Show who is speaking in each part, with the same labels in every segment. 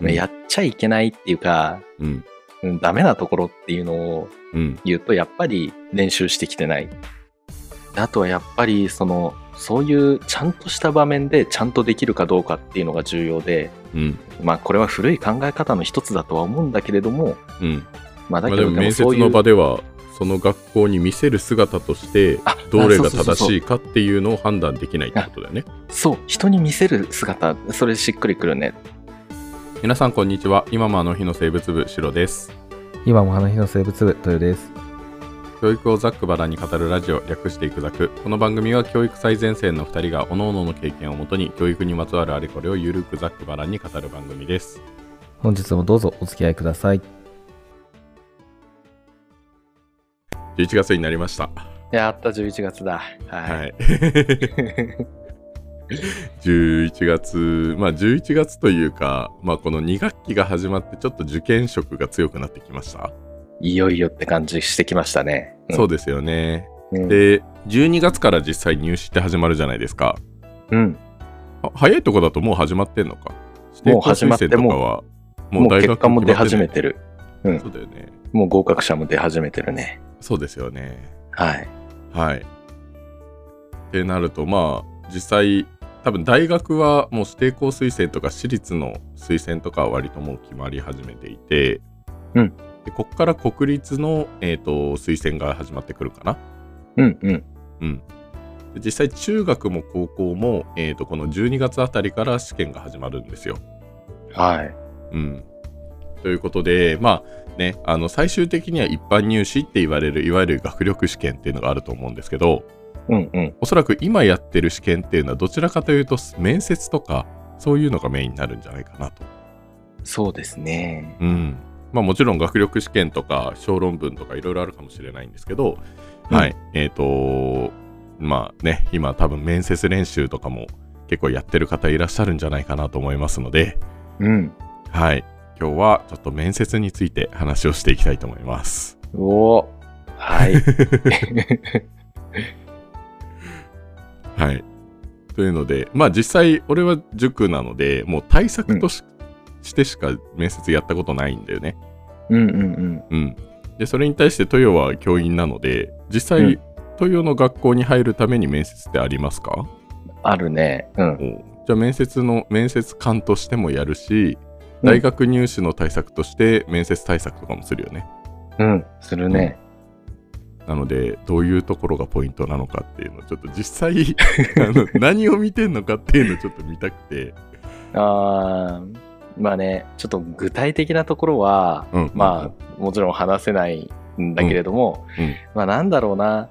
Speaker 1: うん
Speaker 2: やっちゃいけないっていうか、
Speaker 1: うん。
Speaker 2: うんダメなところっていうのを
Speaker 1: うん。
Speaker 2: 言うと、やっぱり練習してきてない。あとはやっぱり、その、そういうちゃんとした場面でちゃんとできるかどうかっていうのが重要で、
Speaker 1: うん。
Speaker 2: まあこれは古い考え方の一つだとは思うんだけれども、
Speaker 1: うん。
Speaker 2: まあだ
Speaker 1: ま
Speaker 2: け
Speaker 1: あで
Speaker 2: ど
Speaker 1: も
Speaker 2: でも
Speaker 1: 面接
Speaker 2: そうい
Speaker 1: の
Speaker 2: う、
Speaker 1: 場では、その学校に見せる姿として、
Speaker 2: あ
Speaker 1: どれ
Speaker 2: そ
Speaker 1: が
Speaker 2: うそ
Speaker 1: 正
Speaker 2: うそうそう
Speaker 1: しいかっていうのを判断できないってことだよね。
Speaker 2: そう、人に見せる姿、それしっくりくるね。
Speaker 1: 皆さん、こんにちは。今もあの日の生物部、シロです。
Speaker 3: 今も花火の生物部豊です
Speaker 1: 教育をざっくばらんに語るラジオ略していくざくこの番組は教育最前線の2人が各々の経験をもとに教育にまつわるあれこれをゆるくざっくばらんに語る番組です
Speaker 3: 本日もどうぞお付き合いください
Speaker 1: 11月になりました
Speaker 2: やった、11月だ。はい。
Speaker 1: はい 11月まあ11月というかまあこの2学期が始まってちょっと受験色が強くなってきました、
Speaker 2: いよいよって感じしてきましたね。
Speaker 1: そうですよね
Speaker 2: うん、
Speaker 1: で12月から実際入試って始まるじゃないですか
Speaker 2: うん。
Speaker 1: あ早いとこだともう始まってんのか
Speaker 2: もう始まって
Speaker 1: 指定校推薦とかは
Speaker 2: もう結果も出
Speaker 1: 決
Speaker 2: 始
Speaker 1: ま
Speaker 2: め
Speaker 1: って
Speaker 2: る。
Speaker 1: ない
Speaker 2: うん
Speaker 1: そうだよね
Speaker 2: もう合格者も出始めてるね。
Speaker 1: そうですよね。
Speaker 2: はい。
Speaker 1: はい。ってなると、まあ、実際、多分大学はもう指定校推薦とか私立の推薦とかは割ともう決まり始めていて、
Speaker 2: うん
Speaker 1: でこっから国立の、えー、と推薦が始まってくるかな。
Speaker 2: うんうん。
Speaker 1: うん。で実際、中学も高校も、えー、とこの12月あたりから試験が始まるんですよ。
Speaker 2: はい。
Speaker 1: うん。ということで、まあね、あの最終的には一般入試って言われる、いわゆる学力試験っていうのがあると思うんですけど、
Speaker 2: うんうん。
Speaker 1: おそらく今やってる試験っていうのはどちらかというと面接とかそういうのがメインになるんじゃないかなと。
Speaker 2: そうですね。
Speaker 1: うん。まあもちろん学力試験とか小論文とかいろいろあるかもしれないんですけど、はい。えっ、と、まあね、今多分面接練習とかも結構やってる方いらっしゃるんじゃないかなと思いますので、
Speaker 2: うん。
Speaker 1: はい。今日はちょっと面接について話をしていきたいと思います。
Speaker 2: うお はい。
Speaker 1: はい。というので、まあ実際、俺は塾なので、もう対策とし,、してしか面接やったことないんだよね。
Speaker 2: うんうん
Speaker 1: うん。で、それに対して豊は教員なので、実際、
Speaker 2: うん
Speaker 1: 豊の学校に入るために面接ってありますか
Speaker 2: うん。あるね。うん。
Speaker 1: おじゃあ面接の面接官としてもやるし、大学入試の対策として面接対策とかもするよね。
Speaker 2: うん。するね。
Speaker 1: なので、どういうところがポイントなのかっていうのを、ちょっと 実際あの、何を見てんのかっていうのをちょっと見たくて。
Speaker 2: あーまあね、ちょっと具体的なところは、
Speaker 1: うん
Speaker 2: まあ、もちろん話せないんだけれども、
Speaker 1: うんうん
Speaker 2: まあなんだろうな。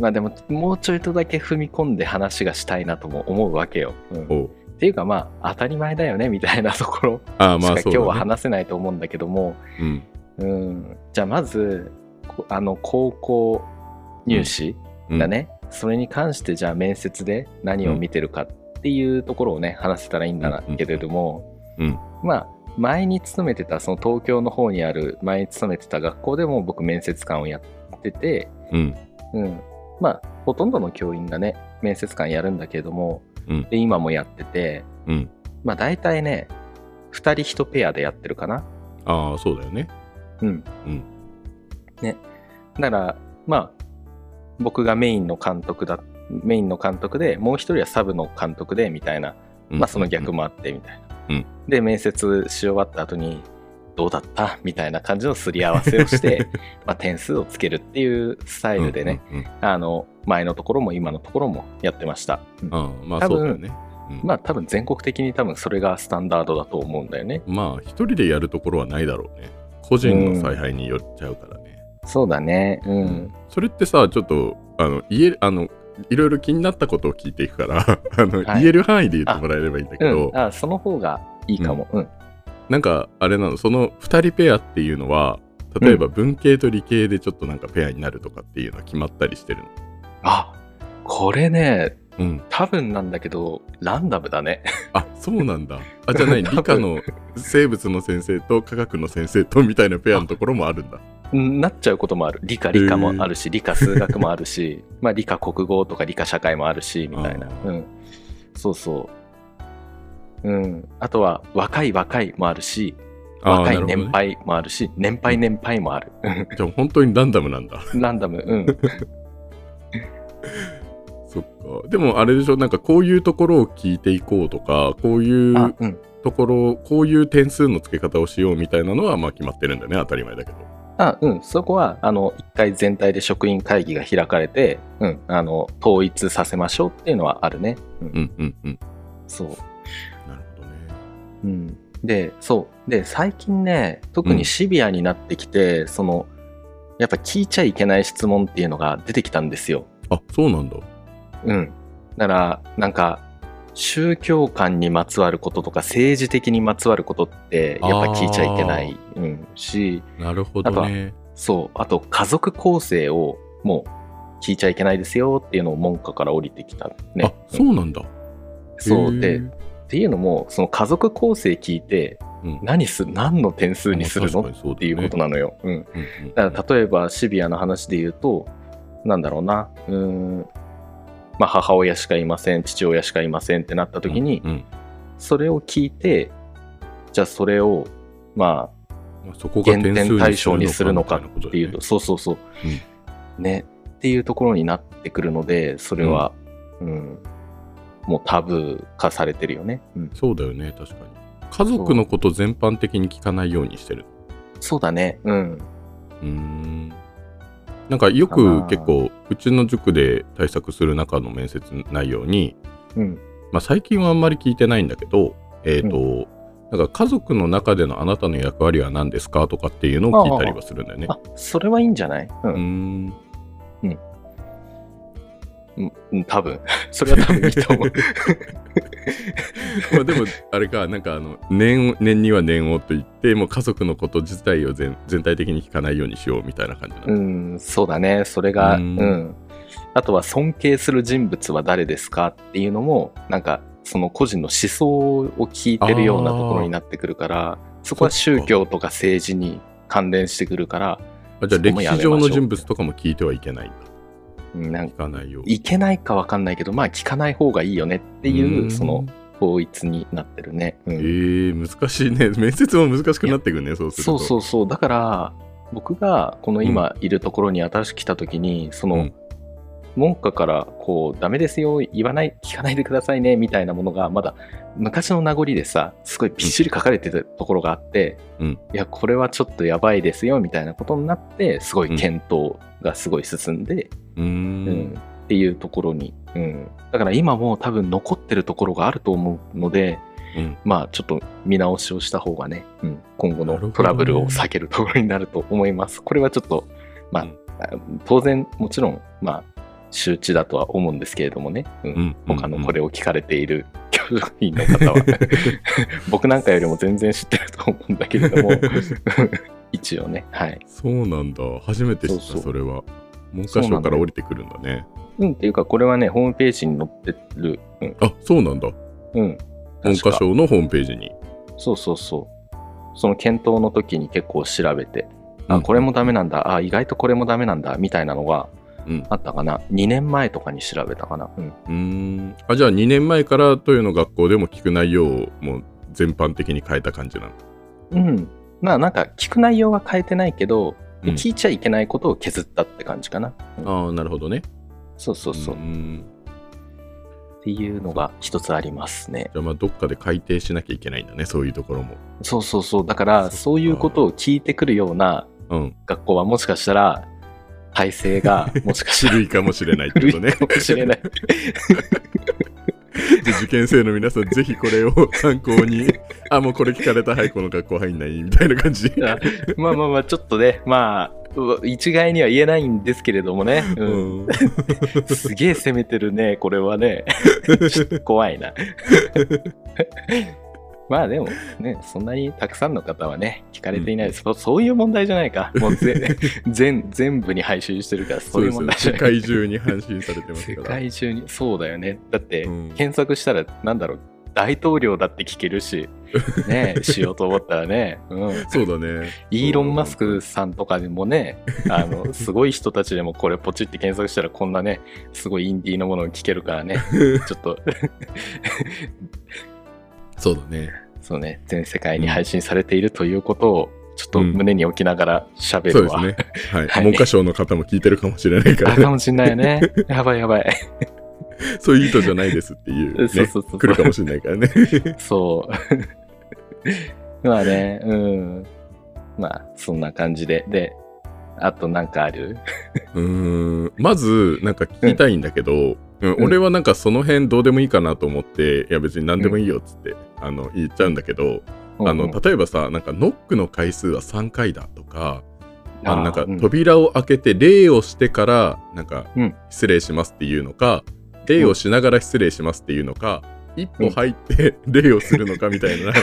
Speaker 2: まあでも、もうちょいとだけ踏み込んで話がしたいなとも思うわけよ。うん、
Speaker 1: おう
Speaker 2: っていうかまあ当たり前だよねみたいなところ
Speaker 1: ああ、
Speaker 2: し か
Speaker 1: まあ、そ
Speaker 2: 今
Speaker 1: う
Speaker 2: 日
Speaker 1: だ、ね。
Speaker 2: は話せないと思うんだけども、
Speaker 1: うん。
Speaker 2: うん、じゃあまずこあの高校入試
Speaker 1: うん
Speaker 2: だ。ね、それに関してじゃあ面接で何を見てるかっていうところをね話せたらいいんだなけれども、
Speaker 1: うんうん
Speaker 2: まあ前に勤めてたその東京の方にある前に勤めてた学校でも僕面接官をやってて、
Speaker 1: うん。
Speaker 2: うん、まあほとんどの教員がね面接官やるんだけれども
Speaker 1: うん。
Speaker 2: で今もやってて、
Speaker 1: うん。
Speaker 2: まあ大体ね、2人1ペアでやってるかな。
Speaker 1: ああ、そうだよね。
Speaker 2: うん。
Speaker 1: うん。
Speaker 2: ね。だから、まあ、僕がメインの監督だ、メインの監督で、もう1人はサブの監督で、みたいな。
Speaker 1: うん
Speaker 2: まあその逆。もあって、みたいな。
Speaker 1: うん
Speaker 2: で、面接し終わった後に、どうだったみたいな感じのすり合わせを して、まあ点数をつけるっていうスタイルでね、
Speaker 1: うん。うん
Speaker 2: あの、前のところも今のところもやってました。うん
Speaker 1: うんうんまあ、
Speaker 2: 多
Speaker 1: そ
Speaker 2: 分
Speaker 1: うだよね。うん
Speaker 2: まあ多分全国的に多分それがスタンダードだと思うんだよね。
Speaker 1: まあ、一人でやるところはないだろうね。個人の采配によっちゃうからね。
Speaker 2: そうだね。うん
Speaker 1: それってさ、ちょっと、あの、言え、あの、いろいろ気になったことを聞いていくから、 あの、
Speaker 2: はい
Speaker 1: 言える範囲で言ってもらえればいいんだけど、
Speaker 2: うん、あその方がいいかも、うん
Speaker 1: なんか、あれなの、その二人ペアっていうのは、例えば文系と理系でちょっとなんかペアになるとかっていうのは決まったりしてるの。
Speaker 2: あこれね
Speaker 1: うん。
Speaker 2: 多分なんだけどランダムだね
Speaker 1: あ、そうなんだ。あ、じゃない、
Speaker 2: 多
Speaker 1: 理
Speaker 2: 分
Speaker 1: 科の生物の先生と科学の先生とみたいなペアのところもあるんだ。
Speaker 2: なっちゃうこともある理科理科もあるし、理科数学もある しまあ理科国語とか理科社会もあるしみたいな
Speaker 1: あー
Speaker 2: うんそうそううん、あとは若い若いもあるし
Speaker 1: あー
Speaker 2: 若
Speaker 1: ないるほどね
Speaker 2: 年配もあるし年配年配もあ る
Speaker 1: じゃあ本当にランダムなんだ。
Speaker 2: ランダムうん
Speaker 1: そっか。でもあれでしょ、なんかこういうところを聞いていこうとか、こうい
Speaker 2: あ
Speaker 1: う
Speaker 2: うん
Speaker 1: ところ、こういう点数の付け方をしようみたいなのは、まあ決まってるんだよね、当たり前だけど。
Speaker 2: あうん、そこはあの一回全体で職員会議が開かれて、うん、あの統一させましょうっていうのはあるね。うん
Speaker 1: うんうんうん。
Speaker 2: そう
Speaker 1: なるほどね。
Speaker 2: うん、でそうで最近ね特にシビアになってきて、そのやっぱ聞いちゃいけない質問っていうのが出てきたんですよ。
Speaker 1: あそうなんだ。
Speaker 2: うん、だからなんか宗教観にまつわることとか政治的にまつわることってやっぱ聞いちゃいけない、うん、し
Speaker 1: なるほどね。
Speaker 2: そう、あと家族構成をもう聞いちゃいけないですよっていうのを門下から降りてきたね。
Speaker 1: あそうなんだ。
Speaker 2: そう
Speaker 1: へ
Speaker 2: で、っ
Speaker 1: ー
Speaker 2: ていうのも、その家族構成聞いて、
Speaker 1: うん
Speaker 2: 何す、何の点数にするの
Speaker 1: まあ確かにそうだよね
Speaker 2: っていうことなのよ。うん。
Speaker 1: うんうんうん
Speaker 2: だから例えばシビアな話で言うと、なんだろうな、うーん、まあ母親しかいません、父親しかいませんってなった時に
Speaker 1: う、んうん
Speaker 2: それを聞いて、じゃあそれを、まあ、
Speaker 1: まあそこが
Speaker 2: 減
Speaker 1: 点数
Speaker 2: 点対象にするのか
Speaker 1: みたなこ
Speaker 2: っ
Speaker 1: と
Speaker 2: て
Speaker 1: だ
Speaker 2: い
Speaker 1: よ
Speaker 2: う
Speaker 1: ね
Speaker 2: と、そうそうそう、ね、っていうところになってくるので、それは、うん、もうタブー化されてるよね。うん、
Speaker 1: そうだよね、確かに。家族のこと全般的に聞かないようにしてる。
Speaker 2: そうだね、うん。
Speaker 1: うーん。なんかよ
Speaker 2: かな
Speaker 1: く結構、うちの塾で対策する中の面接内容に、
Speaker 2: うん、
Speaker 1: まあ、最近はあんまり聞いてないんだけど、えっ、と、なんか家族の中でのあなたの役割は何ですかとかっていうのを聞いたりはするんだよね。
Speaker 2: あそれはいいんじゃない、う
Speaker 1: うー
Speaker 2: ん
Speaker 1: ん。
Speaker 2: うん、うん、多分 それは多分いいと思う。
Speaker 1: まあでもあれかなんかあの 念念には念をと言ってもう家族のこと自体を全全体的に聞かないようにしようみたいな感じな
Speaker 2: う
Speaker 1: の、
Speaker 2: ん、そうだね、それが、
Speaker 1: う
Speaker 2: うんん。あとは、尊敬する人物は誰ですかっていうのも、なんか、その個人の思想を聞いてるようなところになってくるから、そこは宗教とか政治に関連してくるから、
Speaker 1: あじゃあ
Speaker 2: そこもや
Speaker 1: 歴
Speaker 2: めま
Speaker 1: 史
Speaker 2: しょ
Speaker 1: 上
Speaker 2: う
Speaker 1: の人物とかも聞いてはいけないんだ
Speaker 2: うんなん
Speaker 1: 聞かないように
Speaker 2: いけないかわかんないけど、まあ聞かない方がいいよねっていう、
Speaker 1: ん
Speaker 2: その統一になってるね。うん
Speaker 1: えー、難しいね 面接も難しくなってくるねそうする
Speaker 2: そ
Speaker 1: と
Speaker 2: うそうそう。だから、僕がこの今いるところに新しく来た時に、その、
Speaker 1: うん
Speaker 2: 文科からこうダメですよ言わない聞かないでくださいねみたいなものがまだ昔の名残でさすごいびっしり書かれてたところがあって、
Speaker 1: うん
Speaker 2: いやこれはちょっとやばいですよみたいなことになってすごい検討がすごい進んで、
Speaker 1: うーん
Speaker 2: うんっていうところに、うん、だから今も多分残ってるところがあると思うので、
Speaker 1: うん
Speaker 2: まあちょっと見直しをした方がね、うん、今後
Speaker 1: なるほど
Speaker 2: の
Speaker 1: ね
Speaker 2: トラブルを避けるところになると思います。これはちょっと、まあ
Speaker 1: うん
Speaker 2: あ当然もちろん、まあ、周知だとは思うんですけれどもね、うん
Speaker 1: うん
Speaker 2: 他のこれを聞かれている教職員の方は僕なんかよりも全然知ってると思うんだけれ ども一応ねはい
Speaker 1: そうなんだ初めて知ったそ
Speaker 2: そうそう
Speaker 1: れは文
Speaker 2: そう
Speaker 1: 科
Speaker 2: なんだよ
Speaker 1: 省から降りてくるんだね
Speaker 2: うん、っていうか、これはね、ホームページに載ってる。うん。
Speaker 1: あそうなんだ
Speaker 2: うん。
Speaker 1: 文科
Speaker 2: 確か
Speaker 1: 省のホームページに
Speaker 2: そうそうそう。その検討の時に結構調べて、
Speaker 1: う
Speaker 2: あ、
Speaker 1: ん
Speaker 2: これもダメなんだ、あ、意外とこれもダメなんだ、みたいなのが
Speaker 1: うん
Speaker 2: あったかな。2年前とかに調べたかな。うん。
Speaker 1: うーんあじゃあ2年前からというの学校でも聞く内容をもう全般的に変えた感じなの
Speaker 2: うん。まあ、なんか、聞く内容は変えてないけど、
Speaker 1: うん
Speaker 2: 聞いちゃいけないことを削ったって感じかな。
Speaker 1: ああなるほどね
Speaker 2: そうそうそう。
Speaker 1: ー
Speaker 2: っ
Speaker 1: ん
Speaker 2: ていうのが一つありますね。
Speaker 1: じゃあまあどっかで改定しなきゃいけないんだねそういうところも
Speaker 2: そうそうそう。だから、そういうことを聞いてくるような
Speaker 1: うん
Speaker 2: 学校はもしかしたら、体制がもしかしたら
Speaker 1: 古いかもしれないって ことね
Speaker 2: かもしれない。
Speaker 1: で受験生の皆さんぜひこれを参考に あもうこれ聞かれたはいこの学校入んないみたいな感じ
Speaker 2: あまあまあまあ、ちょっとね、まあ、う一概には言えないんですけれどもね。
Speaker 1: う
Speaker 2: うん
Speaker 1: ん
Speaker 2: すげえ攻めてるね、これは ね。ちょっと怖いな。 まあでもね、そんなにたくさんの方はね、聞かれていないです。そそういう問題じゃないか。もう ぜ全全部に配信してるから、
Speaker 1: そ
Speaker 2: そううい
Speaker 1: で
Speaker 2: う
Speaker 1: す
Speaker 2: 問
Speaker 1: よ
Speaker 2: 題じゃ
Speaker 1: 世
Speaker 2: ない。
Speaker 1: 界中に配信されてます
Speaker 2: 世
Speaker 1: から
Speaker 2: 界中に、そうだよね。だって、
Speaker 1: うん
Speaker 2: 検索したら、なんだろう、大統領だって聞けるし、 ね、しようと思ったらね。うん
Speaker 1: そうだね
Speaker 2: イーロン・マスクさんとかでも ね、あの、すごい人たちでもこれポチって検索したらこんなね、 すごいインディーのものを聞けるからね、ちょっと、
Speaker 1: そうだね。
Speaker 2: そうね、全世界に配信されているということを、ちょっと胸に置きながら喋
Speaker 1: そう
Speaker 2: る
Speaker 1: で
Speaker 2: わ。
Speaker 1: すね。はい。
Speaker 2: はい
Speaker 1: 文科省の方も聞いてるかもしれない
Speaker 2: あ、
Speaker 1: から、
Speaker 2: か
Speaker 1: ね、
Speaker 2: もしんないよね。やばいやばい。
Speaker 1: そういう意図じゃないですっていう、ね。
Speaker 2: そうそうそうそう
Speaker 1: 来るかもしれないからね。
Speaker 2: そう。 まあね、うん。まあ、そんな感じで。で、あとなんかある
Speaker 1: うーんまずなんか聞きたいんだけど、うん
Speaker 2: うん
Speaker 1: 俺はなんかその辺どうでもいいかなと思っていや別に何でもいいよっつって、あの言っちゃうんだけど、あ
Speaker 2: うんう
Speaker 1: の
Speaker 2: ん
Speaker 1: 例えばさなんかノックの回数は3回だとかあ
Speaker 2: あ
Speaker 1: の
Speaker 2: ー
Speaker 1: なんか
Speaker 2: うん
Speaker 1: 扉を開けて礼をしてからなんか
Speaker 2: うん
Speaker 1: 失礼しますっていうのか、礼をしながら失礼しますっていうのか一歩入って礼をするのかみ たいな、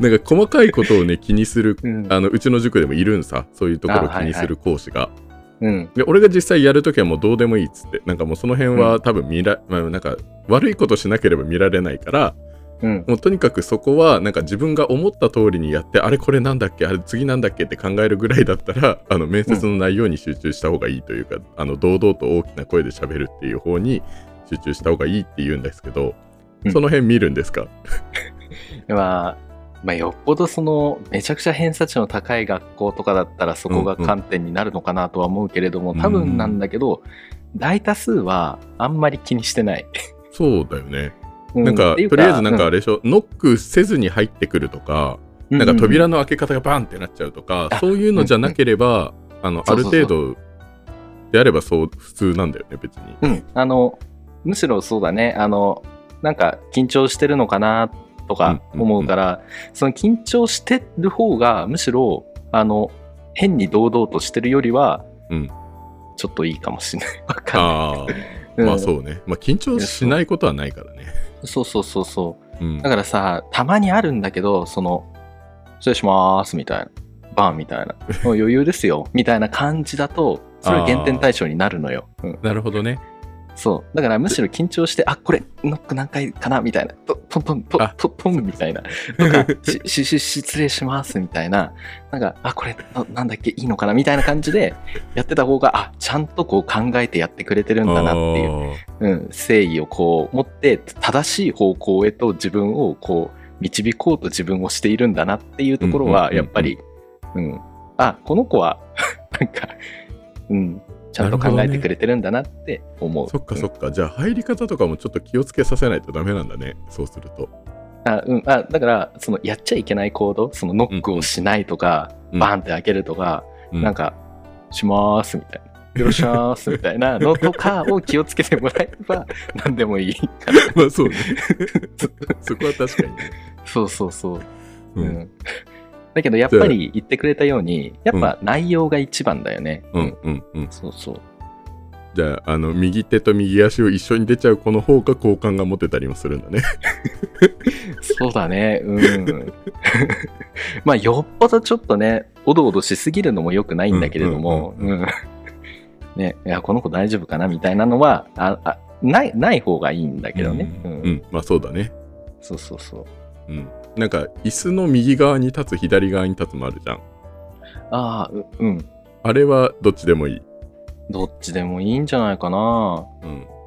Speaker 1: なんか細かいことをね気にする
Speaker 2: うん。
Speaker 1: あのうちの塾でもいるんさそういうところを気にする講師が。
Speaker 2: うん。
Speaker 1: で俺が実際やるときはもうどうでもいいっつってなんかもうその辺は多分見ら、まあ、なんか悪いことしなければ見られないから
Speaker 2: うん。
Speaker 1: もうとにかくそこはなんか自分が思った通りにやってあれこれなんだっけあれ次なんだっけって考えるぐらいだったらあの面接の内容に集中した方がいいというか、あの堂々と大きな声で喋るっていう方に集中した方がいいって言うんですけど、
Speaker 2: うん
Speaker 1: その辺見るんですか
Speaker 2: まあ、まあ、よっぽどその、めちゃくちゃ偏差値の高い学校とかだったら、そこが観点になるのかなとは思うけれども、
Speaker 1: うんうん
Speaker 2: 多分なんだけど、大多数はあんまり気にしてない。
Speaker 1: そうだよね、
Speaker 2: う
Speaker 1: なんか
Speaker 2: っていう
Speaker 1: とりあえずなんかあれでしょ、ノックせずに入ってくるとか
Speaker 2: う
Speaker 1: なんか
Speaker 2: う
Speaker 1: 扉
Speaker 2: う
Speaker 1: の開け方がバンってなっちゃうとか、
Speaker 2: あ
Speaker 1: そういうのじゃなければ、あの、
Speaker 2: そ
Speaker 1: あ
Speaker 2: う
Speaker 1: る
Speaker 2: そうそう
Speaker 1: 程度であればそう、普通なんだよね、別に。
Speaker 2: うん、あのむしろそうだねあのなんか緊張してるのかなとか
Speaker 1: うんうんうん
Speaker 2: 思うから、その緊張してる方がむしろあの変に堂々としてるよりは、
Speaker 1: うん
Speaker 2: ちょっといいかもしれない。わかんない
Speaker 1: ああ、
Speaker 2: うん
Speaker 1: まあそうね。まあ緊張しないことはないからね。
Speaker 2: そうそうそうそう。
Speaker 1: うん
Speaker 2: だ。からさたまにあるんだけどその失礼しますみたいなバーンみ たいなもう余裕ですよみたいな感じだとそれは減点対象になるのよ。うん
Speaker 1: なるほどね。
Speaker 2: そう。だからむしろ緊張して、あ、これ、ノック何回かなみたいな。トトントント
Speaker 1: あ
Speaker 2: ントントンみたいな。 とか、し、し、し、失礼しますみたいな。なんか、あ、これ、ななんだっけ、いいのかなみたいな感じで、やってた方が、あ、ちゃんとこう考えてやってくれてるんだなっていう、
Speaker 1: あー
Speaker 2: うん、誠意をこう持って、正しい方向へと自分をこう、導こうと自分をしているんだなっていうところ
Speaker 1: うんうんうんう
Speaker 2: は、
Speaker 1: ん
Speaker 2: やっぱり、うん。あ、この子は、 なんか、うん、ちゃんと考えてくれてるんだなって思う。
Speaker 1: そっか
Speaker 2: うん
Speaker 1: そっか。じゃあ入り方とかもちょっと気をつけさせないとダメなんだね。そうすると。
Speaker 2: あうん、あだからそのやっちゃいけない行動そのノックをしないとか、
Speaker 1: うん
Speaker 2: バーンって開けるとか、
Speaker 1: うん
Speaker 2: なんか「しまーす」みたいな「よろしゃーす」みたいなのとかを気をつけてもらえれば何でもいいかな
Speaker 1: まあそうね。 そこは確かにね。
Speaker 2: そうそうそう、
Speaker 1: う
Speaker 2: うん
Speaker 1: ん。
Speaker 2: だけどやっぱり言ってくれたようにやっぱ内容が一番だよね、
Speaker 1: うんうんうん。
Speaker 2: そうそう
Speaker 1: じゃあ、あの、右手と右足を一緒に出ちゃう子の方が好感が持てたりもするんだね。
Speaker 2: そうだねうん まあよっぽどちょっとねおどおどしすぎるのもよくないんだけれども
Speaker 1: うんう
Speaker 2: うんねいやこの子大丈夫かなみたいなのはああないない方がいいんだけどね、う
Speaker 1: うんん。うん。まあそうだね。
Speaker 2: そうそうそう
Speaker 1: うん、なんか椅子の右側に立つ左側に立つもあるじゃん
Speaker 2: ああううん
Speaker 1: あれはどっちでもいい、
Speaker 2: どっちでもいいんじゃないかな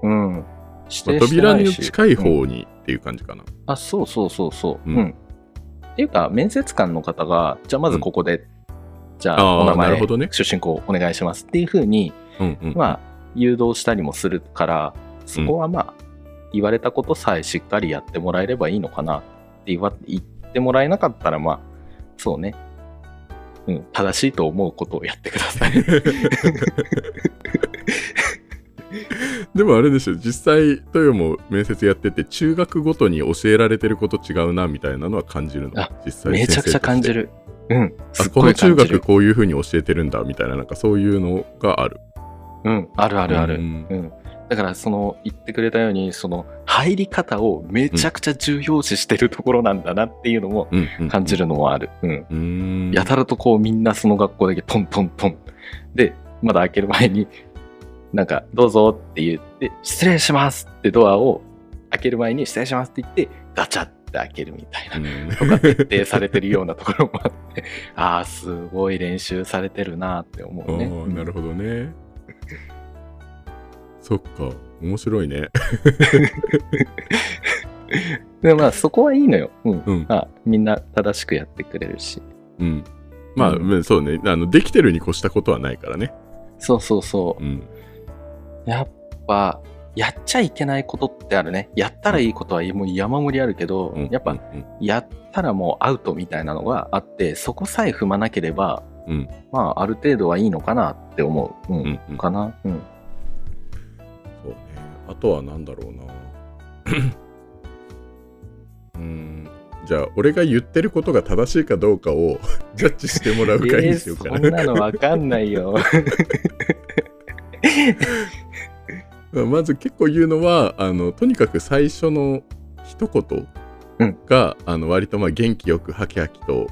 Speaker 1: うん
Speaker 2: うん
Speaker 1: まあ
Speaker 2: 指定して
Speaker 1: 扉
Speaker 2: ない
Speaker 1: に
Speaker 2: し
Speaker 1: 近い
Speaker 2: うん
Speaker 1: 方にっていう感じかな、
Speaker 2: あそうそうそうそう
Speaker 1: う
Speaker 2: うんん、っていうか面接官の方がじゃあまずここで、じゃあお
Speaker 1: あー
Speaker 2: 名
Speaker 1: なる
Speaker 2: 前
Speaker 1: ほどね
Speaker 2: 出身校お願いしますっていうふうに
Speaker 1: うんうん
Speaker 2: まあ、誘導したりもするから、そこはまあ、言われたことさえしっかりやってもらえればいいのかなって言わ言ってもらえなかったら、まあ、そうね。うん、正しいと思うことをやってくだ さい。
Speaker 1: でもあれでしょ実際トヨも面接やってて中学ごとに教えられてること違うなみたいなのは感じるの
Speaker 2: あ
Speaker 1: 実際
Speaker 2: めちゃくちゃ感じ
Speaker 1: る
Speaker 2: る。うん、す
Speaker 1: あ
Speaker 2: っ
Speaker 1: こ
Speaker 2: ご
Speaker 1: の
Speaker 2: い
Speaker 1: 中
Speaker 2: 感じ
Speaker 1: 学
Speaker 2: る。
Speaker 1: こういうふうに教えてるんだみたいななんかそういうのがある
Speaker 2: うん、あるあ
Speaker 1: あ
Speaker 2: るある。
Speaker 1: うん
Speaker 2: うん、だからその言ってくれたようにその入り方をめちゃくちゃ重要視してるところなんだなっていうのも
Speaker 1: うんうん
Speaker 2: 感じるのもある、うん、
Speaker 1: うん
Speaker 2: やたらとこうみんなその学校だけトントントン。で、まだ開ける前に、なんか、どうぞって言って、失礼しますってドアを開ける前に、失礼しますって言って、ガチャって開けるみたいな。
Speaker 1: うん
Speaker 2: と か徹底されてるようなところもあって、ああ、すごい練習されてるなって思うね。
Speaker 1: ああなるほどね。そっか、面白いね。
Speaker 2: でもまあそこはいいのよ。うん。
Speaker 1: うん
Speaker 2: まあみんな正しくやってくれるし。
Speaker 1: うん。まあ、
Speaker 2: うん
Speaker 1: うんそうねあの。できてるに越したことはないからね。
Speaker 2: そうそうそう
Speaker 1: う。ん。
Speaker 2: やっぱ、やっちゃいけないことってあるね。やったらいいことはもう山盛りあるけど、
Speaker 1: うん
Speaker 2: やっ
Speaker 1: う
Speaker 2: ぱ
Speaker 1: ん、
Speaker 2: やったらもうアウトみたいなのがあって、そこさえ踏まなければ、
Speaker 1: うん
Speaker 2: まあある程度はいいのかなって思う。うん。
Speaker 1: うんうん
Speaker 2: かな。うん。
Speaker 1: そうね。あとはなんだろうな。 うん。じゃあ、俺が言ってることが正しいかどうかを ジャッジしてもらう会にしようかな。
Speaker 2: えーそんなのわかんない よ。
Speaker 1: まず結構言うのはあのとにかく最初の一
Speaker 2: うん
Speaker 1: 言が、あの割とまあ元気よくハキハキと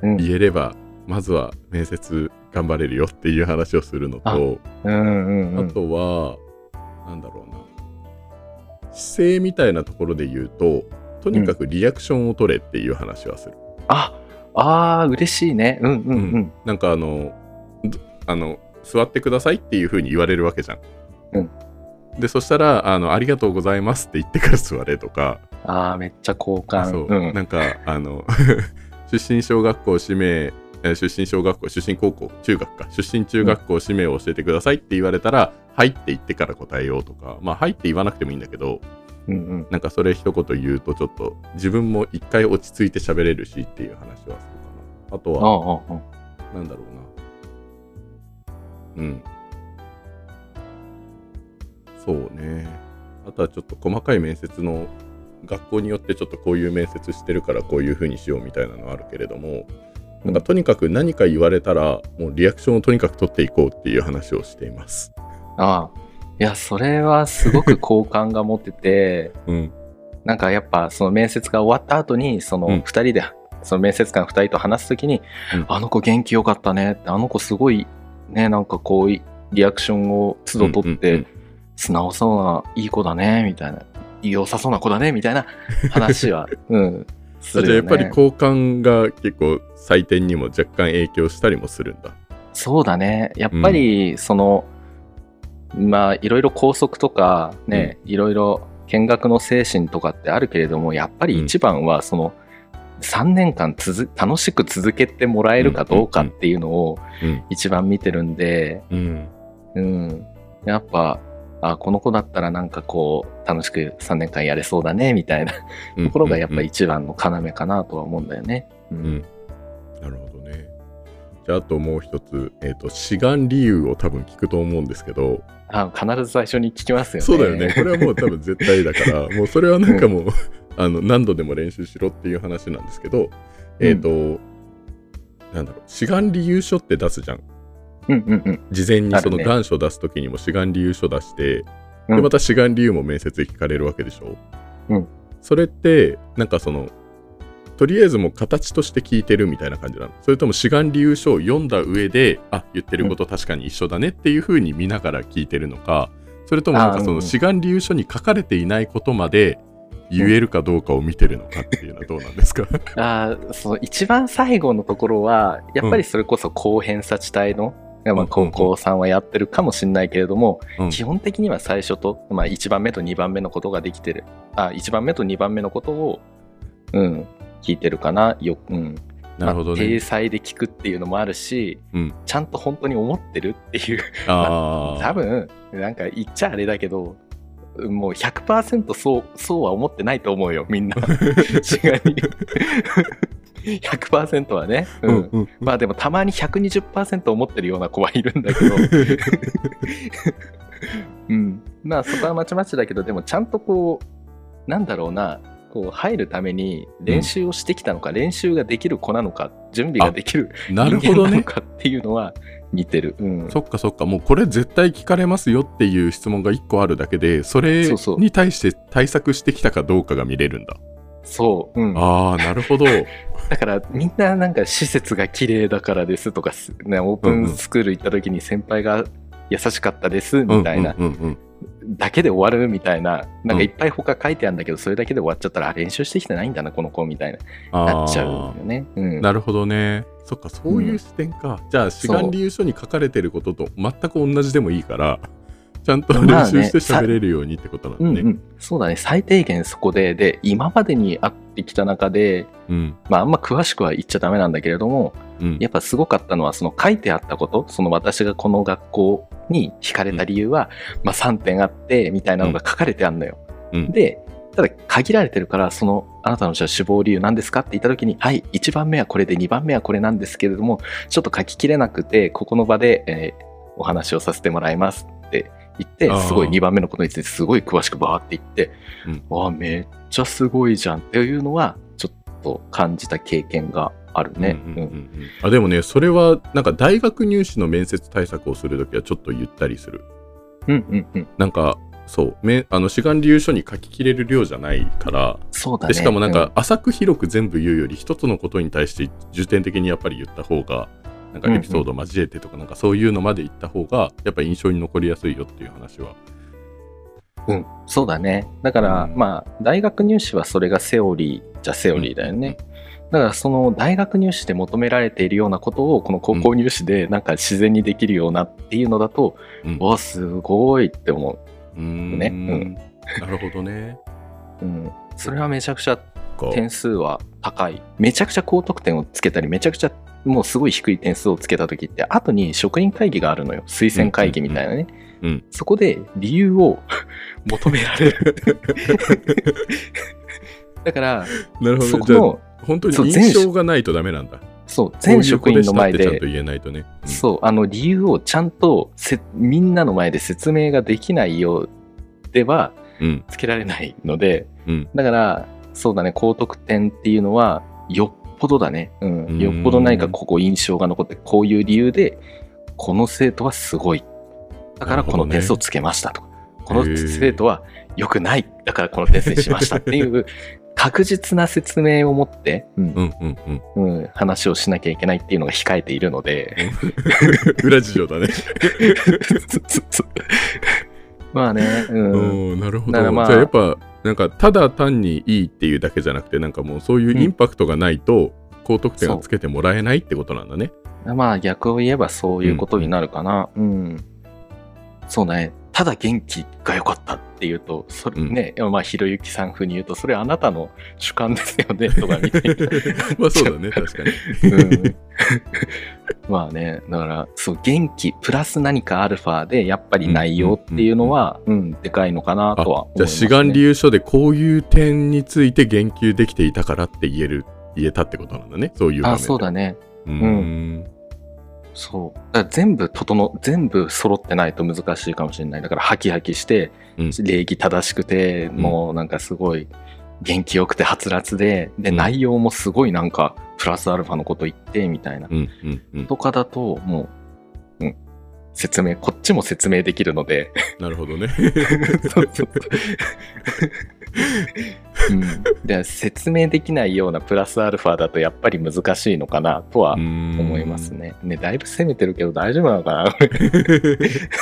Speaker 2: うん。
Speaker 1: 言えれば、まずは面接頑張れるよっていう話をするの
Speaker 2: あ
Speaker 1: と
Speaker 2: うんうん
Speaker 1: あ,、
Speaker 2: うん。
Speaker 1: とはなんだろうな姿勢みたいなところで言うととにかくリアクションを取れっていう話はする。
Speaker 2: あ、あー嬉しいね。うんうんうん。
Speaker 1: なんかあのどあの座ってくださいっていうふうに言われるわけじゃん。
Speaker 2: うん
Speaker 1: でそしたらあの「ありがとうございます」って言ってから座れとか。
Speaker 2: ああ、めっちゃ好感。
Speaker 1: そう、
Speaker 2: うん。
Speaker 1: なんかあの 出身小学校氏名えー出身小学校出身高校中学か出身中学校氏名を教えてくださいって言われたら「はい」って言ってから答えようとかまあ「はい」って言わなくてもいいんだけど
Speaker 2: うんうん。
Speaker 1: なんかそれ一言言うとちょっと自分も一回落ち着いて喋れるしっていう話はするかなあと
Speaker 2: あ
Speaker 1: は
Speaker 2: あ、あああ
Speaker 1: なんだろうなうんそうねあとはちょっと細かい面接の学校によってちょっとこういう面接してるからこういう風にしようみたいなのはあるけれどもなんかとにかく何か言われたらもうリアクションをとにかく取っていこうっていう話をしています
Speaker 2: あ。ああ。いや、それはすごく好感が持てて、
Speaker 1: うん
Speaker 2: なんかやっぱその面接が終わった後に、その
Speaker 1: うん
Speaker 2: 2人で、その面接官2人と話すときに、
Speaker 1: うん
Speaker 2: あの子元気よかったねって、あの子すごいね、なんかこうい、リアクションを都度取って、
Speaker 1: うんうん
Speaker 2: 素直そうな、いい子だね、みたいな、良さそうな子だね、みたいな話は、 うん、す
Speaker 1: じゃあ
Speaker 2: る
Speaker 1: や
Speaker 2: よ、
Speaker 1: っ
Speaker 2: ね。
Speaker 1: ぱり好感が結構採点にも若干影響したりもするんだ
Speaker 2: そうだね。やっぱり、その、まあ、いろいろ校則とか、ね、いろいろ見学の精神とかってあるけれども、やっぱり一番は、その、3年間続楽しく続けてもらえるかどうかっていうのを
Speaker 1: うん
Speaker 2: 一番見てるんで、
Speaker 1: うん
Speaker 2: うん。やっぱ、あ、この子だったらなんかこう、楽しく3年間やれそうだね、みたいなところがやっぱ一番の要かなとは思うんだよね。う
Speaker 1: うんん。なるほどね。じゃあ、あともう一つ、えっ、と、志願理由を多分聞くと思うんですけど、
Speaker 2: あ必ず最初に聞きますよね。
Speaker 1: そうだよね。。これはもう多分絶対だから、 もうそれはなんかもう、あの、何度でも練習しろっていう話なんですけど、えっ、と、なんだろう、志願理由書って出すじゃん。
Speaker 2: うんうんうん。
Speaker 1: 事前にそ
Speaker 2: ある
Speaker 1: の
Speaker 2: ね
Speaker 1: 願書出す時にも志願理由書出して、
Speaker 2: うん
Speaker 1: でまた志願理由も面接で聞かれるわけでしょ、
Speaker 2: うん
Speaker 1: それってなんかそのとりあえずもう形として聞いてるみたいな感じなのそれとも志願理由書を読んだ上であ言ってること確かに一緒だねっていうふうに見ながら聞いてるのかそれともなんかそ
Speaker 2: あーう
Speaker 1: の
Speaker 2: ん
Speaker 1: 志願理由書に書かれていないことまで言えるかどうかを見てるのかっていうのはどうなんですか
Speaker 2: あーその一番最後のところはやっぱりそれこそ高偏差地帯の、いやま
Speaker 1: う
Speaker 2: あ
Speaker 1: んうん
Speaker 2: 高
Speaker 1: うん
Speaker 2: 校さんはやってるかもしれないけれども、
Speaker 1: うん
Speaker 2: 基本的には最初と、まあ、1番目と2番目のことができてるあ1番目と2番目のことを、うん、聞いてるかなよ、うん
Speaker 1: なるほど
Speaker 2: まあ体
Speaker 1: ね。
Speaker 2: 裁で聞くっていうのもあるし、
Speaker 1: うん
Speaker 2: ちゃんと本当に思ってるっていう
Speaker 1: あ
Speaker 2: 多
Speaker 1: あ。
Speaker 2: 分なんか言っちゃあれだけどもう100%そうそうは思ってないと思うよみ んな違う100%はね、うん
Speaker 1: うんうん
Speaker 2: まあでもたまに120%思ってるような子はいるんだ けど、うん、まあそこはまちまちだけどでもちゃんとこうなんだろうなこう入るために練習をしてきたのか、練習ができる子なのか準備ができる
Speaker 1: なる
Speaker 2: 人
Speaker 1: ほ
Speaker 2: 間
Speaker 1: ど
Speaker 2: な
Speaker 1: ね
Speaker 2: の。かっていうのは見てる。うん、
Speaker 1: そっかそっか、もうこれ絶対聞かれますよっていう質問が1個あるだけで、それ
Speaker 2: そうそう
Speaker 1: に対して対策してきたかどうかが見れるんだ。
Speaker 2: そう、うん、
Speaker 1: ああ、なるほど。
Speaker 2: だからみんななんか施設が綺麗だからですとかす、ね、オープンスクール行った時に先輩が優しかったです みたいな、
Speaker 1: うんうんうん
Speaker 2: だけで終わるみたいななん
Speaker 1: うん
Speaker 2: かいっぱい他書いてあるんだけどそれだけで終わっちゃったらあ練習してきてないんだなこの子みたいな
Speaker 1: あー
Speaker 2: なっちゃうんだよね。うん、
Speaker 1: なるほどね。そっか、そういう視点か。じゃあ、志願理由書に書かれてることと全く同じでもいいから、ちゃんと
Speaker 2: ま
Speaker 1: 練
Speaker 2: あね
Speaker 1: 習して喋れるようにってことなんで
Speaker 2: うん
Speaker 1: ね。
Speaker 2: うん、そうだね最低限そこでで今までに会ってきた中で、
Speaker 1: うん。
Speaker 2: まあ、あんま詳しくは言っちゃダメなんだけれども
Speaker 1: うん。
Speaker 2: やっぱすごかったのはその書いてあったことその私がこの学校に惹かれた理由は、まあ、3点あってみたいなのが書かれてあんのよ、
Speaker 1: うん
Speaker 2: でただ限られてるからそのあなたのじゃあ死亡理由何ですかって言った時にはい1番目はこれで2番目はこれなんですけれどもちょっと書ききれなくてここの場で、えーお話をさせてもらいますって言って
Speaker 1: あー
Speaker 2: すごい2番目のことについてすごい詳しくバーって言って、
Speaker 1: う
Speaker 2: わあめっちゃすごいじゃんっていうのはちょっと感じた経験があるね。
Speaker 1: うんうん
Speaker 2: う
Speaker 1: うん
Speaker 2: ん
Speaker 1: うんあでもね、それはなんか大学入試の面接対策をするときはちょっと言ったりする。
Speaker 2: うんうんうん。
Speaker 1: なんかそう、めあの志願理由書に書ききれる量じゃないから、
Speaker 2: そうだね。
Speaker 1: でしかもなんか浅く広く全部言うより一つのことに対して重点的にやっぱり言った方がなんかエピソード交えてとかなんかそういうのまで言った方がやっぱ印象に残りやすいよっていう話は
Speaker 2: うん、うんそうだね。だから、
Speaker 1: うん
Speaker 2: まあ、大学入試はそれがセオリーじゃセオリーだよね。だからその大学入試で求められているようなことをこの高校入試でなんか自然にできるようなっていうのだと、
Speaker 1: う
Speaker 2: うんわすごいって思う、
Speaker 1: うーん
Speaker 2: ね
Speaker 1: なるほどね。
Speaker 2: うん、それはめちゃくちゃ
Speaker 1: こ う
Speaker 2: 点数は高いめちゃくちゃ高得点をつけたりめちゃくちゃもうすごい低い点数をつけた時って後に職員会議があるのよ推薦会議みたいなね、
Speaker 1: うんうんうん
Speaker 2: そこで理由を求められる だから
Speaker 1: なるほど
Speaker 2: そこ
Speaker 1: じゃあ
Speaker 2: の
Speaker 1: 本当に
Speaker 2: そう
Speaker 1: 印象がないとダメなんだ。
Speaker 2: そう全職員の前で
Speaker 1: こういう子したってちゃんと言えないとね。うん
Speaker 2: そうあの理由をちゃんとせみんなの前で説明ができないようでは
Speaker 1: うん
Speaker 2: つけられないので、
Speaker 1: うん
Speaker 2: だからそうだね高得点っていうのはよっぽどだね、うん
Speaker 1: うん
Speaker 2: よっぽど何かここ印象が残ってこういう理由でこの生徒はすごいだからこの点数をつけましたとか、この
Speaker 1: へー
Speaker 2: 生徒は良くないだからこの点数にしましたっていう 確実な説明を持って、うん
Speaker 1: うんうんうん。
Speaker 2: うん話をしなきゃいけないっていうのが控えているので。
Speaker 1: 裏事情だね。
Speaker 2: まあね、うん。
Speaker 1: うん、なるほ
Speaker 2: だか
Speaker 1: ど。
Speaker 2: らまあ
Speaker 1: じゃあやっぱ、なんか、ただ単にいいっていうだけじゃなくて、なんかもうそういうインパクトがないと、高得点をつけてもらえないってことなん だね。
Speaker 2: まあ逆を言えばそういうことになるかな。うん。そうね。ただ元気が良かったっていうと、それね、まあひろゆきさん風に言うと、それあなたの主観ですよ ね、とかみたいな。
Speaker 1: まあそうだね、確かに。
Speaker 2: うん、 まあね、だから、そう、元気プラス何かアルファで、やっぱり内容っていうのは、うん、でかいのかなとは思い
Speaker 1: じ
Speaker 2: ま
Speaker 1: ゃあ、
Speaker 2: す、ね。
Speaker 1: 志願理由書でこういう点について言及できていたからって言える、言えたってことなんだね、そういう場面
Speaker 2: あ、
Speaker 1: で
Speaker 2: そうだね。
Speaker 1: うー。
Speaker 2: うんそう。だから全部整、全部揃ってないと難しいかもしれない。だからハキハキして、
Speaker 1: うん
Speaker 2: 礼儀正しくて、もうなんかすごい元気よくてはつらつで、で、
Speaker 1: うん
Speaker 2: 内容もすごいなんかプラスアルファのこと言ってみたいな。
Speaker 1: うんうんうん。
Speaker 2: とかだと、もう、うん、説明、こっちも説明できるの で。
Speaker 1: なるほどね。
Speaker 2: そうそうそううん、で説明できないようなプラスアルファだとやっぱり難しいのかなとは
Speaker 1: 思
Speaker 2: 思います。ね。ね、だいぶ攻めてるけど大丈夫なのかな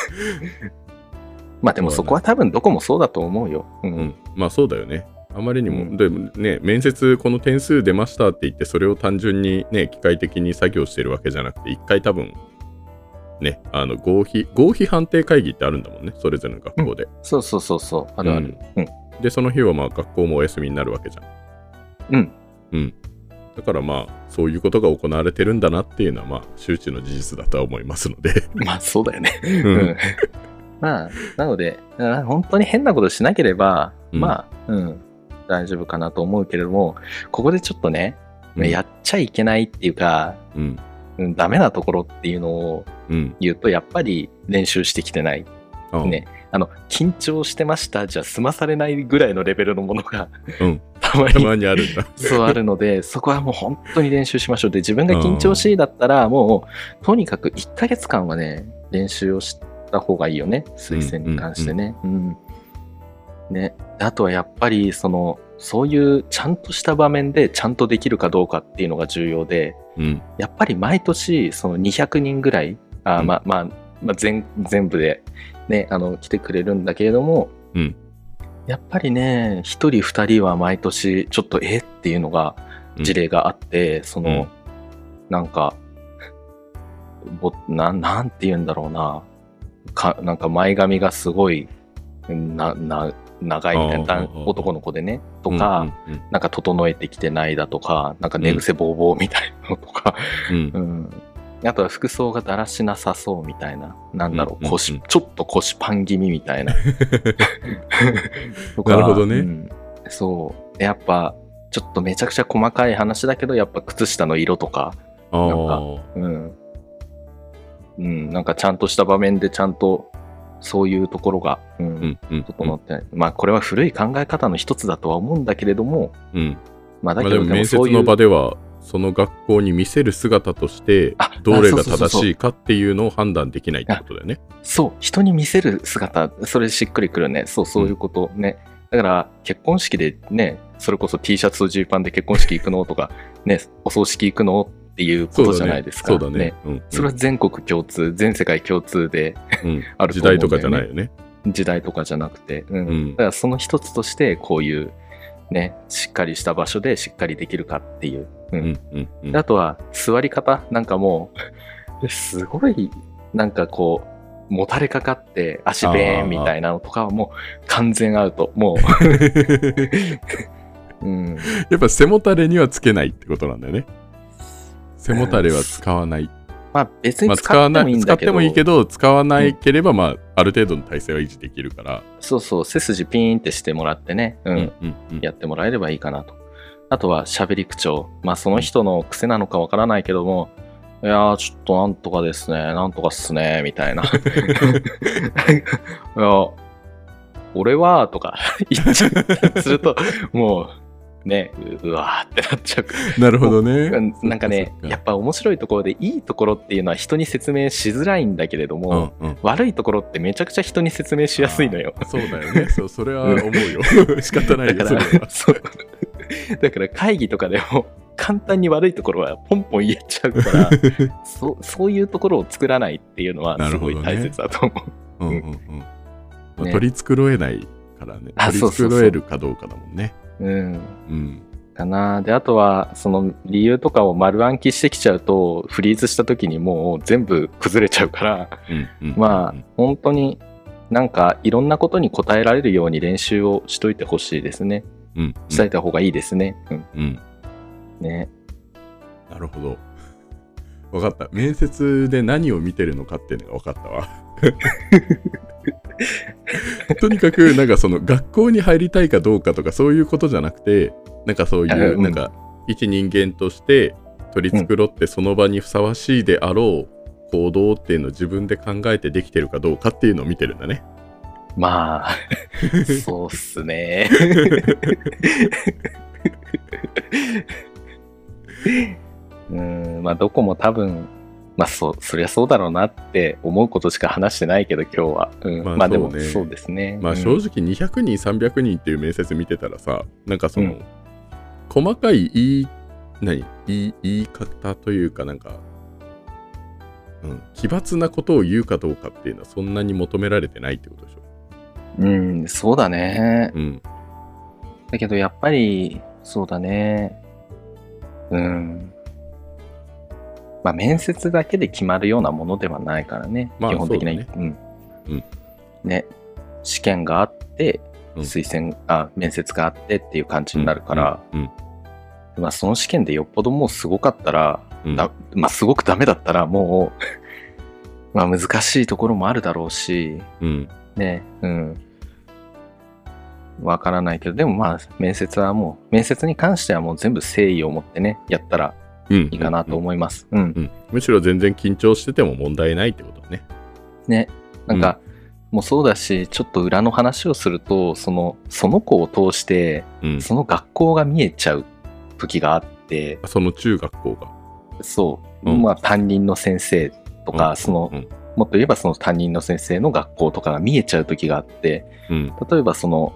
Speaker 2: まあでもそこは多分どこもそうだと思うよ。う
Speaker 1: うん
Speaker 2: ん。、
Speaker 1: まあそうだよね。あまりにも、
Speaker 2: うん
Speaker 1: でもね、面接、この点数出ましたって言って、それを単純にね、機械的に作業してるわけじゃなくて、一回多分、ね、あの合否、合否判定会議ってあるんだもんね、それぞれの学校で。
Speaker 2: そうそうそうそう。あるある。うん。
Speaker 1: で、その日はまあ学校もお休みになるわけじゃん。
Speaker 2: うん。
Speaker 1: だからまあ、そういうことが行われてるんだなっていうのは、まあ、周知の事実だとは思いますので。
Speaker 2: まあそうだよね。
Speaker 1: う
Speaker 2: うんん。まあ、なので、あ本当に変なことしなければ、
Speaker 1: うん
Speaker 2: まあ、うん。大丈夫かなと思うけれども、ここでちょっとね、
Speaker 1: うん
Speaker 2: やっちゃいけないっていうか、
Speaker 1: うん。
Speaker 2: うん、ダメなところっていうのを
Speaker 1: うん。
Speaker 2: 言うと、やっぱり練習してきてない
Speaker 1: あ
Speaker 2: ね、あの緊張してましたじゃ済まされないぐらいのレベルのものが、
Speaker 1: うん
Speaker 2: たま
Speaker 1: た
Speaker 2: に
Speaker 1: まにあるんだ。
Speaker 2: そうあるのでそこはもう本当に練習しましょうで自分が緊張しいだったらもうとにかく1ヶ月間はね練習をした方がいいよね推薦に関してね。うんねあとはやっぱりそのそういうちゃんとした場面でちゃんとできるかどうかっていうのが重要で、
Speaker 1: うん。
Speaker 2: やっぱり毎年その200人ぐらいあー、
Speaker 1: うん
Speaker 2: まあまあ、まあ、全全部で、ね、あの来てくれるんだけれども、
Speaker 1: うん
Speaker 2: やっぱりね1人2人は毎年ちょっとえっていうのが
Speaker 1: うん
Speaker 2: 事例があって、その、
Speaker 1: うん
Speaker 2: なんかぼなんなんて言うんだろうなかなんか前髪がすごいなな長いみたいなだ
Speaker 1: あーあ
Speaker 2: ん
Speaker 1: ーあー
Speaker 2: 男の子でねとか、
Speaker 1: うんうん
Speaker 2: なんか整えてきてないだとかなんか寝癖ボーボーみたいなのとか、
Speaker 1: うん
Speaker 2: うん、あとは服装がだらしなさそうみたいななんだろう,、
Speaker 1: うんうんうん
Speaker 2: 腰ちょっと腰パン気味み たいなとか
Speaker 1: なるほどね
Speaker 2: うんそうやっぱちょっとめちゃくちゃ細かい話だけどやっぱ靴下の色とか
Speaker 1: あー
Speaker 2: なんかうん。うん、なんかちゃんとした場面でちゃんとそういうところが、うん、
Speaker 1: うんうん
Speaker 2: 整ってない。まあこれは古い考え方の一つだとは思うんだけれども、
Speaker 1: うん
Speaker 2: まあだ
Speaker 1: ま
Speaker 2: け
Speaker 1: あ、
Speaker 2: ど
Speaker 1: でも面接
Speaker 2: そうい
Speaker 1: の
Speaker 2: う
Speaker 1: 場ではその学校に見せる姿として
Speaker 2: あ
Speaker 1: どれ
Speaker 2: あ
Speaker 1: が
Speaker 2: そうそう
Speaker 1: 正
Speaker 2: そう
Speaker 1: しいかっていうのを判断できないってことだよね。
Speaker 2: そう、人に見せる姿、それしっくりくるね。そう、そういうことね。だから、結婚式でね、それこそ T シャツとジーパンで結婚式行くのとか、ね、お葬式行くのっていうことじゃないですか。
Speaker 1: そうだね。そうだねうんうん
Speaker 2: それは全国共通、全世界共通で、
Speaker 1: うん
Speaker 2: ある
Speaker 1: 時
Speaker 2: と思うんだよね
Speaker 1: 代とかじゃないよね。
Speaker 2: 時代とかじゃなくて、うん
Speaker 1: うん
Speaker 2: だからその一つとしてこういうねしっかりした場所でしっかりできるかっていう、う
Speaker 1: うんんうんうん
Speaker 2: であとは座り方なんかもうすごいなんかこうもたれかかって足ベーンみたいなのとかはもう完全アウトも う、うん、
Speaker 1: やっぱ背もたれにはつけないってことなんだよね。背もたれは使わない。
Speaker 2: まあ別に
Speaker 1: まあ、使
Speaker 2: 使
Speaker 1: わ
Speaker 2: って
Speaker 1: な
Speaker 2: もいい
Speaker 1: い
Speaker 2: ん
Speaker 1: 使
Speaker 2: だ
Speaker 1: っ
Speaker 2: け
Speaker 1: て
Speaker 2: ど,、
Speaker 1: もいいけど、使わないければ、まあ、ある程度の体勢は維持できるから。
Speaker 2: そうそう背筋ピーンってしてもらってね、
Speaker 1: う
Speaker 2: うん
Speaker 1: んうんうん
Speaker 2: やってもらえればいいかなと。あとは喋り口調。まあその人の癖なのかわからないけども、いやーちょっとなんとかですね、なんとかっすね、みたいな。 いや、俺は、とか 言っちゃったりすると、もう、ね、ううわーってなっちゃうから
Speaker 1: なるほどね。
Speaker 2: なんかね
Speaker 1: そっ、そっ
Speaker 2: やっぱ面白いところでいいところっていうのは人に説明しづらいんだけれど
Speaker 1: う
Speaker 2: も、
Speaker 1: んうん、
Speaker 2: 悪いところってめちゃくちゃ人に説明しやすいのよ。
Speaker 1: あーそうだよ ね。そう、それは思うよ。仕方ない
Speaker 2: だ
Speaker 1: よ、そ
Speaker 2: か
Speaker 1: れ
Speaker 2: ら、
Speaker 1: は。
Speaker 2: そう。だから会議とかでも、簡単に悪いところはポンポン言えちゃう から、そうそういうところを作らないっていうのは
Speaker 1: な
Speaker 2: す
Speaker 1: るほ
Speaker 2: ご
Speaker 1: どね
Speaker 2: い大切だと思う。
Speaker 1: うんうんうん。まあ
Speaker 2: ね
Speaker 1: 取り繕えないからね。
Speaker 2: あ
Speaker 1: 取
Speaker 2: そ
Speaker 1: り
Speaker 2: うそうそう
Speaker 1: 繕えるかどうかだもんね。
Speaker 2: うん。
Speaker 1: うん。
Speaker 2: かなで、あとは、その理由とかを丸暗記してきちゃうと、フリーズした時にもう全部崩れちゃうから、
Speaker 1: うんうん
Speaker 2: まあ、本当になんかいろんなことに答えられるように練習をしといてほしいですね。
Speaker 1: うんうん
Speaker 2: しといた方がいいですね。うん。
Speaker 1: うん。
Speaker 2: ね。
Speaker 1: なるほど。 分かった。面接で何を見てるのかっていうのが分かったわ。とにかく、なんかその学校に入りたいかどうかとかそういうことじゃなくて、なんかそういう、
Speaker 2: うん
Speaker 1: なんか一人間として取り繕ってその場にふさわしいであろう行動っていうのを自分で考えてできてるかどうかっていうのを見てるんだね。
Speaker 2: まあ、 そうっすね。うん、まあ、どこも多分、まあ、そう、そりゃそうだろうなって思うことしか話してないけど、今日は。うん、
Speaker 1: ま
Speaker 2: ま
Speaker 1: あ
Speaker 2: あ、でも
Speaker 1: そうね
Speaker 2: そうですね。
Speaker 1: ま
Speaker 2: う
Speaker 1: あ
Speaker 2: ん
Speaker 1: 正直200人300人っていう面接見てたらさなんかその、
Speaker 2: うん
Speaker 1: 細かい言い何言い言い方というかなんか、うん、奇抜なことを言うかどうかっていうのはそんなに求められてないってことでしょ。
Speaker 2: うん、そうだね。
Speaker 1: うん、
Speaker 2: だけど、やっぱり、そうだね。うん。まあ、面接だけで決まるようなものではないからね。
Speaker 1: まあ
Speaker 2: 基本的に
Speaker 1: そう
Speaker 2: う、ん
Speaker 1: うん
Speaker 2: ね。試験があって、
Speaker 1: うん
Speaker 2: 推薦、あ、面接があってっていう感じになるから、
Speaker 1: うん
Speaker 2: まあ、その試験でよっぽどもうすごかったら、
Speaker 1: うん
Speaker 2: だまあ、すごくダメだったら、もう、ま あ、難しいところもあるだろうし、
Speaker 1: うん
Speaker 2: ねうん。わからないけど、でもまあ、面接はもう、面接に関してはもう全部誠意を持ってね、やったら
Speaker 1: うん、
Speaker 2: いいかなと思います。うん。
Speaker 1: うん、うんむしろ全然緊張してても問題ないってことだね。
Speaker 2: ね。なんか、もうそうだし、ちょっと裏の話をすると、その、その子を通して、
Speaker 1: うん、
Speaker 2: その学校が見えちゃう時があって、
Speaker 1: その中学校が。
Speaker 2: そう、
Speaker 1: うん
Speaker 2: まあ、担任の先生とか、
Speaker 1: うん
Speaker 2: その、
Speaker 1: うん
Speaker 2: もっと言えばその担任の先生の学校とかが見えちゃう時があって、
Speaker 1: うん
Speaker 2: 例えばその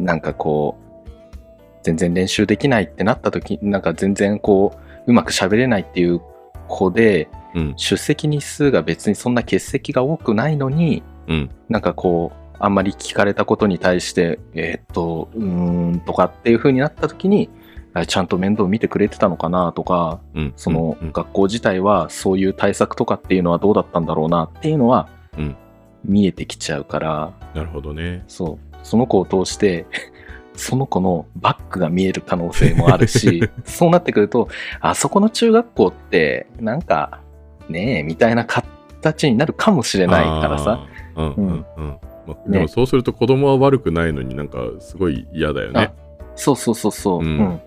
Speaker 2: なんかこう全然練習できないってなった時なんか全然こううまく喋れないっていう子で
Speaker 1: うん
Speaker 2: 出席日数が別にそんな欠席が多くないのに
Speaker 1: うん
Speaker 2: なんかこうあんまり聞かれたことに対してえーっとうーんとかっていう風になった時にあちゃんと面倒見てくれてたのかなとか
Speaker 1: うん、
Speaker 2: その
Speaker 1: うん
Speaker 2: 学校自体はそういう対策とかっていうのはどうだったんだろうなっていうのは
Speaker 1: うん
Speaker 2: 見えてきちゃうから、
Speaker 1: なるほどね。
Speaker 2: そう、その子を通して、 その子のバックが見える可能性もある し、そうなってくると、あそこの中学校って、なんか、ねえ、みたいな形になるかもしれないからさ、
Speaker 1: あー。うんうんうん。まあ
Speaker 2: ね
Speaker 1: でもそうすると子供は悪くないのになんかすごい嫌だよね。
Speaker 2: そうそうそうそう、
Speaker 1: う
Speaker 2: うんん。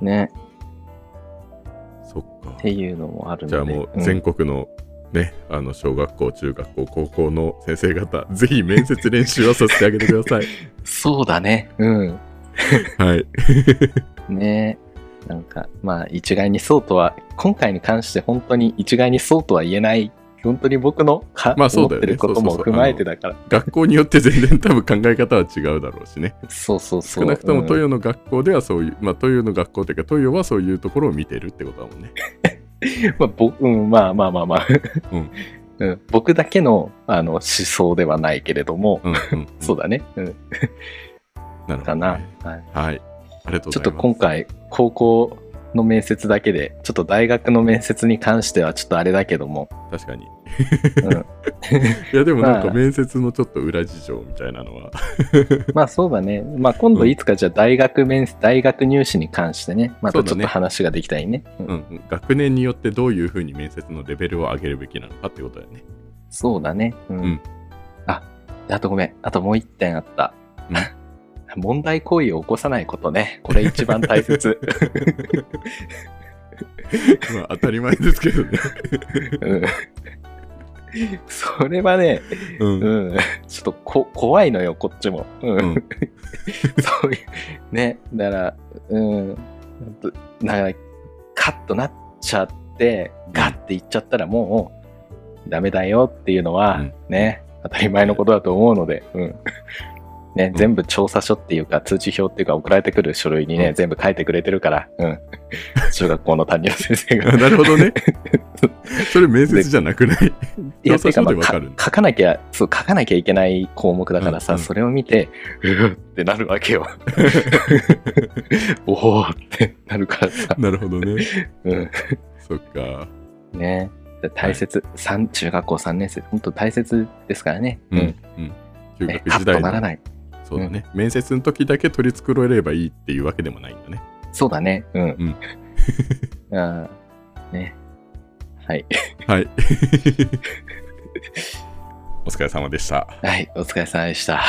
Speaker 2: ね、
Speaker 1: そっか
Speaker 2: っ。ていうのもあるので。
Speaker 1: じゃあもう
Speaker 2: うん
Speaker 1: 全国のね、あの小学校、中学校、高校の先生方、 ぜひ面接練習をさせてあげてくだ さい。
Speaker 2: そうだね。うん。
Speaker 1: はい。
Speaker 2: ねえ。なんか、まあ、一概にそうとは、今回に関して本当に一概にそうとは言えない、本当に僕のか、
Speaker 1: まあそう
Speaker 2: 思
Speaker 1: だよ
Speaker 2: っ
Speaker 1: ね
Speaker 2: てることも
Speaker 1: そうそうそう
Speaker 2: 踏まえてだから。
Speaker 1: 学校によって全然多分考え方は違うだろうしね。
Speaker 2: そうそうそう。
Speaker 1: 少なくとも
Speaker 2: うん
Speaker 1: トヨの学校ではそういう、まあトヨの学校というかトヨはそういうところを見てるってことだもんね。
Speaker 2: まあ、僕、うん、まあまあまあまあ。
Speaker 1: うん
Speaker 2: うん僕だけのあの思想ではないけれども、
Speaker 1: うんうん、
Speaker 2: そうだね。うん。
Speaker 1: なるほ
Speaker 2: か
Speaker 1: ど、
Speaker 2: な。
Speaker 1: ね。
Speaker 2: はい、
Speaker 1: はい。ありがとうございます。
Speaker 2: ちょっと今回、高校の面接だけで、ちょっと大学の面接に関してはちょっとあれだけど も、
Speaker 1: 確かに。
Speaker 2: うん、
Speaker 1: いやでもなんか
Speaker 2: まあ
Speaker 1: 面接のちょっと裏事情みたいなの は、
Speaker 2: まあそうだね。まあ今
Speaker 1: う
Speaker 2: 度
Speaker 1: ん
Speaker 2: いつかじゃあ大学面、大学入試に関してね、またちょ
Speaker 1: そう
Speaker 2: っ
Speaker 1: だね
Speaker 2: と話ができたりね。うん
Speaker 1: うん、学年によってどういうふうに面接のレベルを上げるべきなのかってことだ よね。
Speaker 2: そうだね。うん。
Speaker 1: うん
Speaker 2: あ、あとごめん。あともう一点あった。 問題行為を起こさないことね。これ一番大 切。
Speaker 1: まあ当たり前ですけ どね。
Speaker 2: うん。それはね、
Speaker 1: うん
Speaker 2: うん。ちょっとこ怖いのよ、こっちも。うん。
Speaker 1: うん
Speaker 2: そういう、ね。だから、うん。だから、カッとなっちゃって、ガッていっちゃったらもう、ダメだよっていうのは、
Speaker 1: うん
Speaker 2: ね、当たり前のことだと思うので、うん。ね、全部調査書っていうか、通知表っていうか、送られてくる書類にね、
Speaker 1: うん
Speaker 2: 全部書いてくれてるから、うん。中学校の担任の先生が。
Speaker 1: なるほ どね。それ面接じゃなくない。
Speaker 2: いや、
Speaker 1: 教
Speaker 2: て
Speaker 1: 科書
Speaker 2: か、まあ、
Speaker 1: でわ
Speaker 2: か
Speaker 1: か
Speaker 2: 書
Speaker 1: るんだ
Speaker 2: かなきゃ、そう、書かなきゃいけない項目だからさ、
Speaker 1: うんうん
Speaker 2: それを見て、うーってなるわけ よ。おおってなるからさ。
Speaker 1: なるほどね。
Speaker 2: うん。
Speaker 1: そっか。
Speaker 2: ね大切、三中学校3年生、本当大切ですからね。
Speaker 1: うん。うん。中
Speaker 2: ね
Speaker 1: 学
Speaker 2: カ
Speaker 1: 時
Speaker 2: ッと
Speaker 1: 代
Speaker 2: なら
Speaker 1: の、
Speaker 2: ない。
Speaker 1: そうだね。面接の時だけ取り繕えればいいっていうわけでもないんだね。
Speaker 2: そうだね。うん。うん。 あーね。はい。
Speaker 1: はい。お疲れ様でした。
Speaker 2: はい。お疲れ様でした。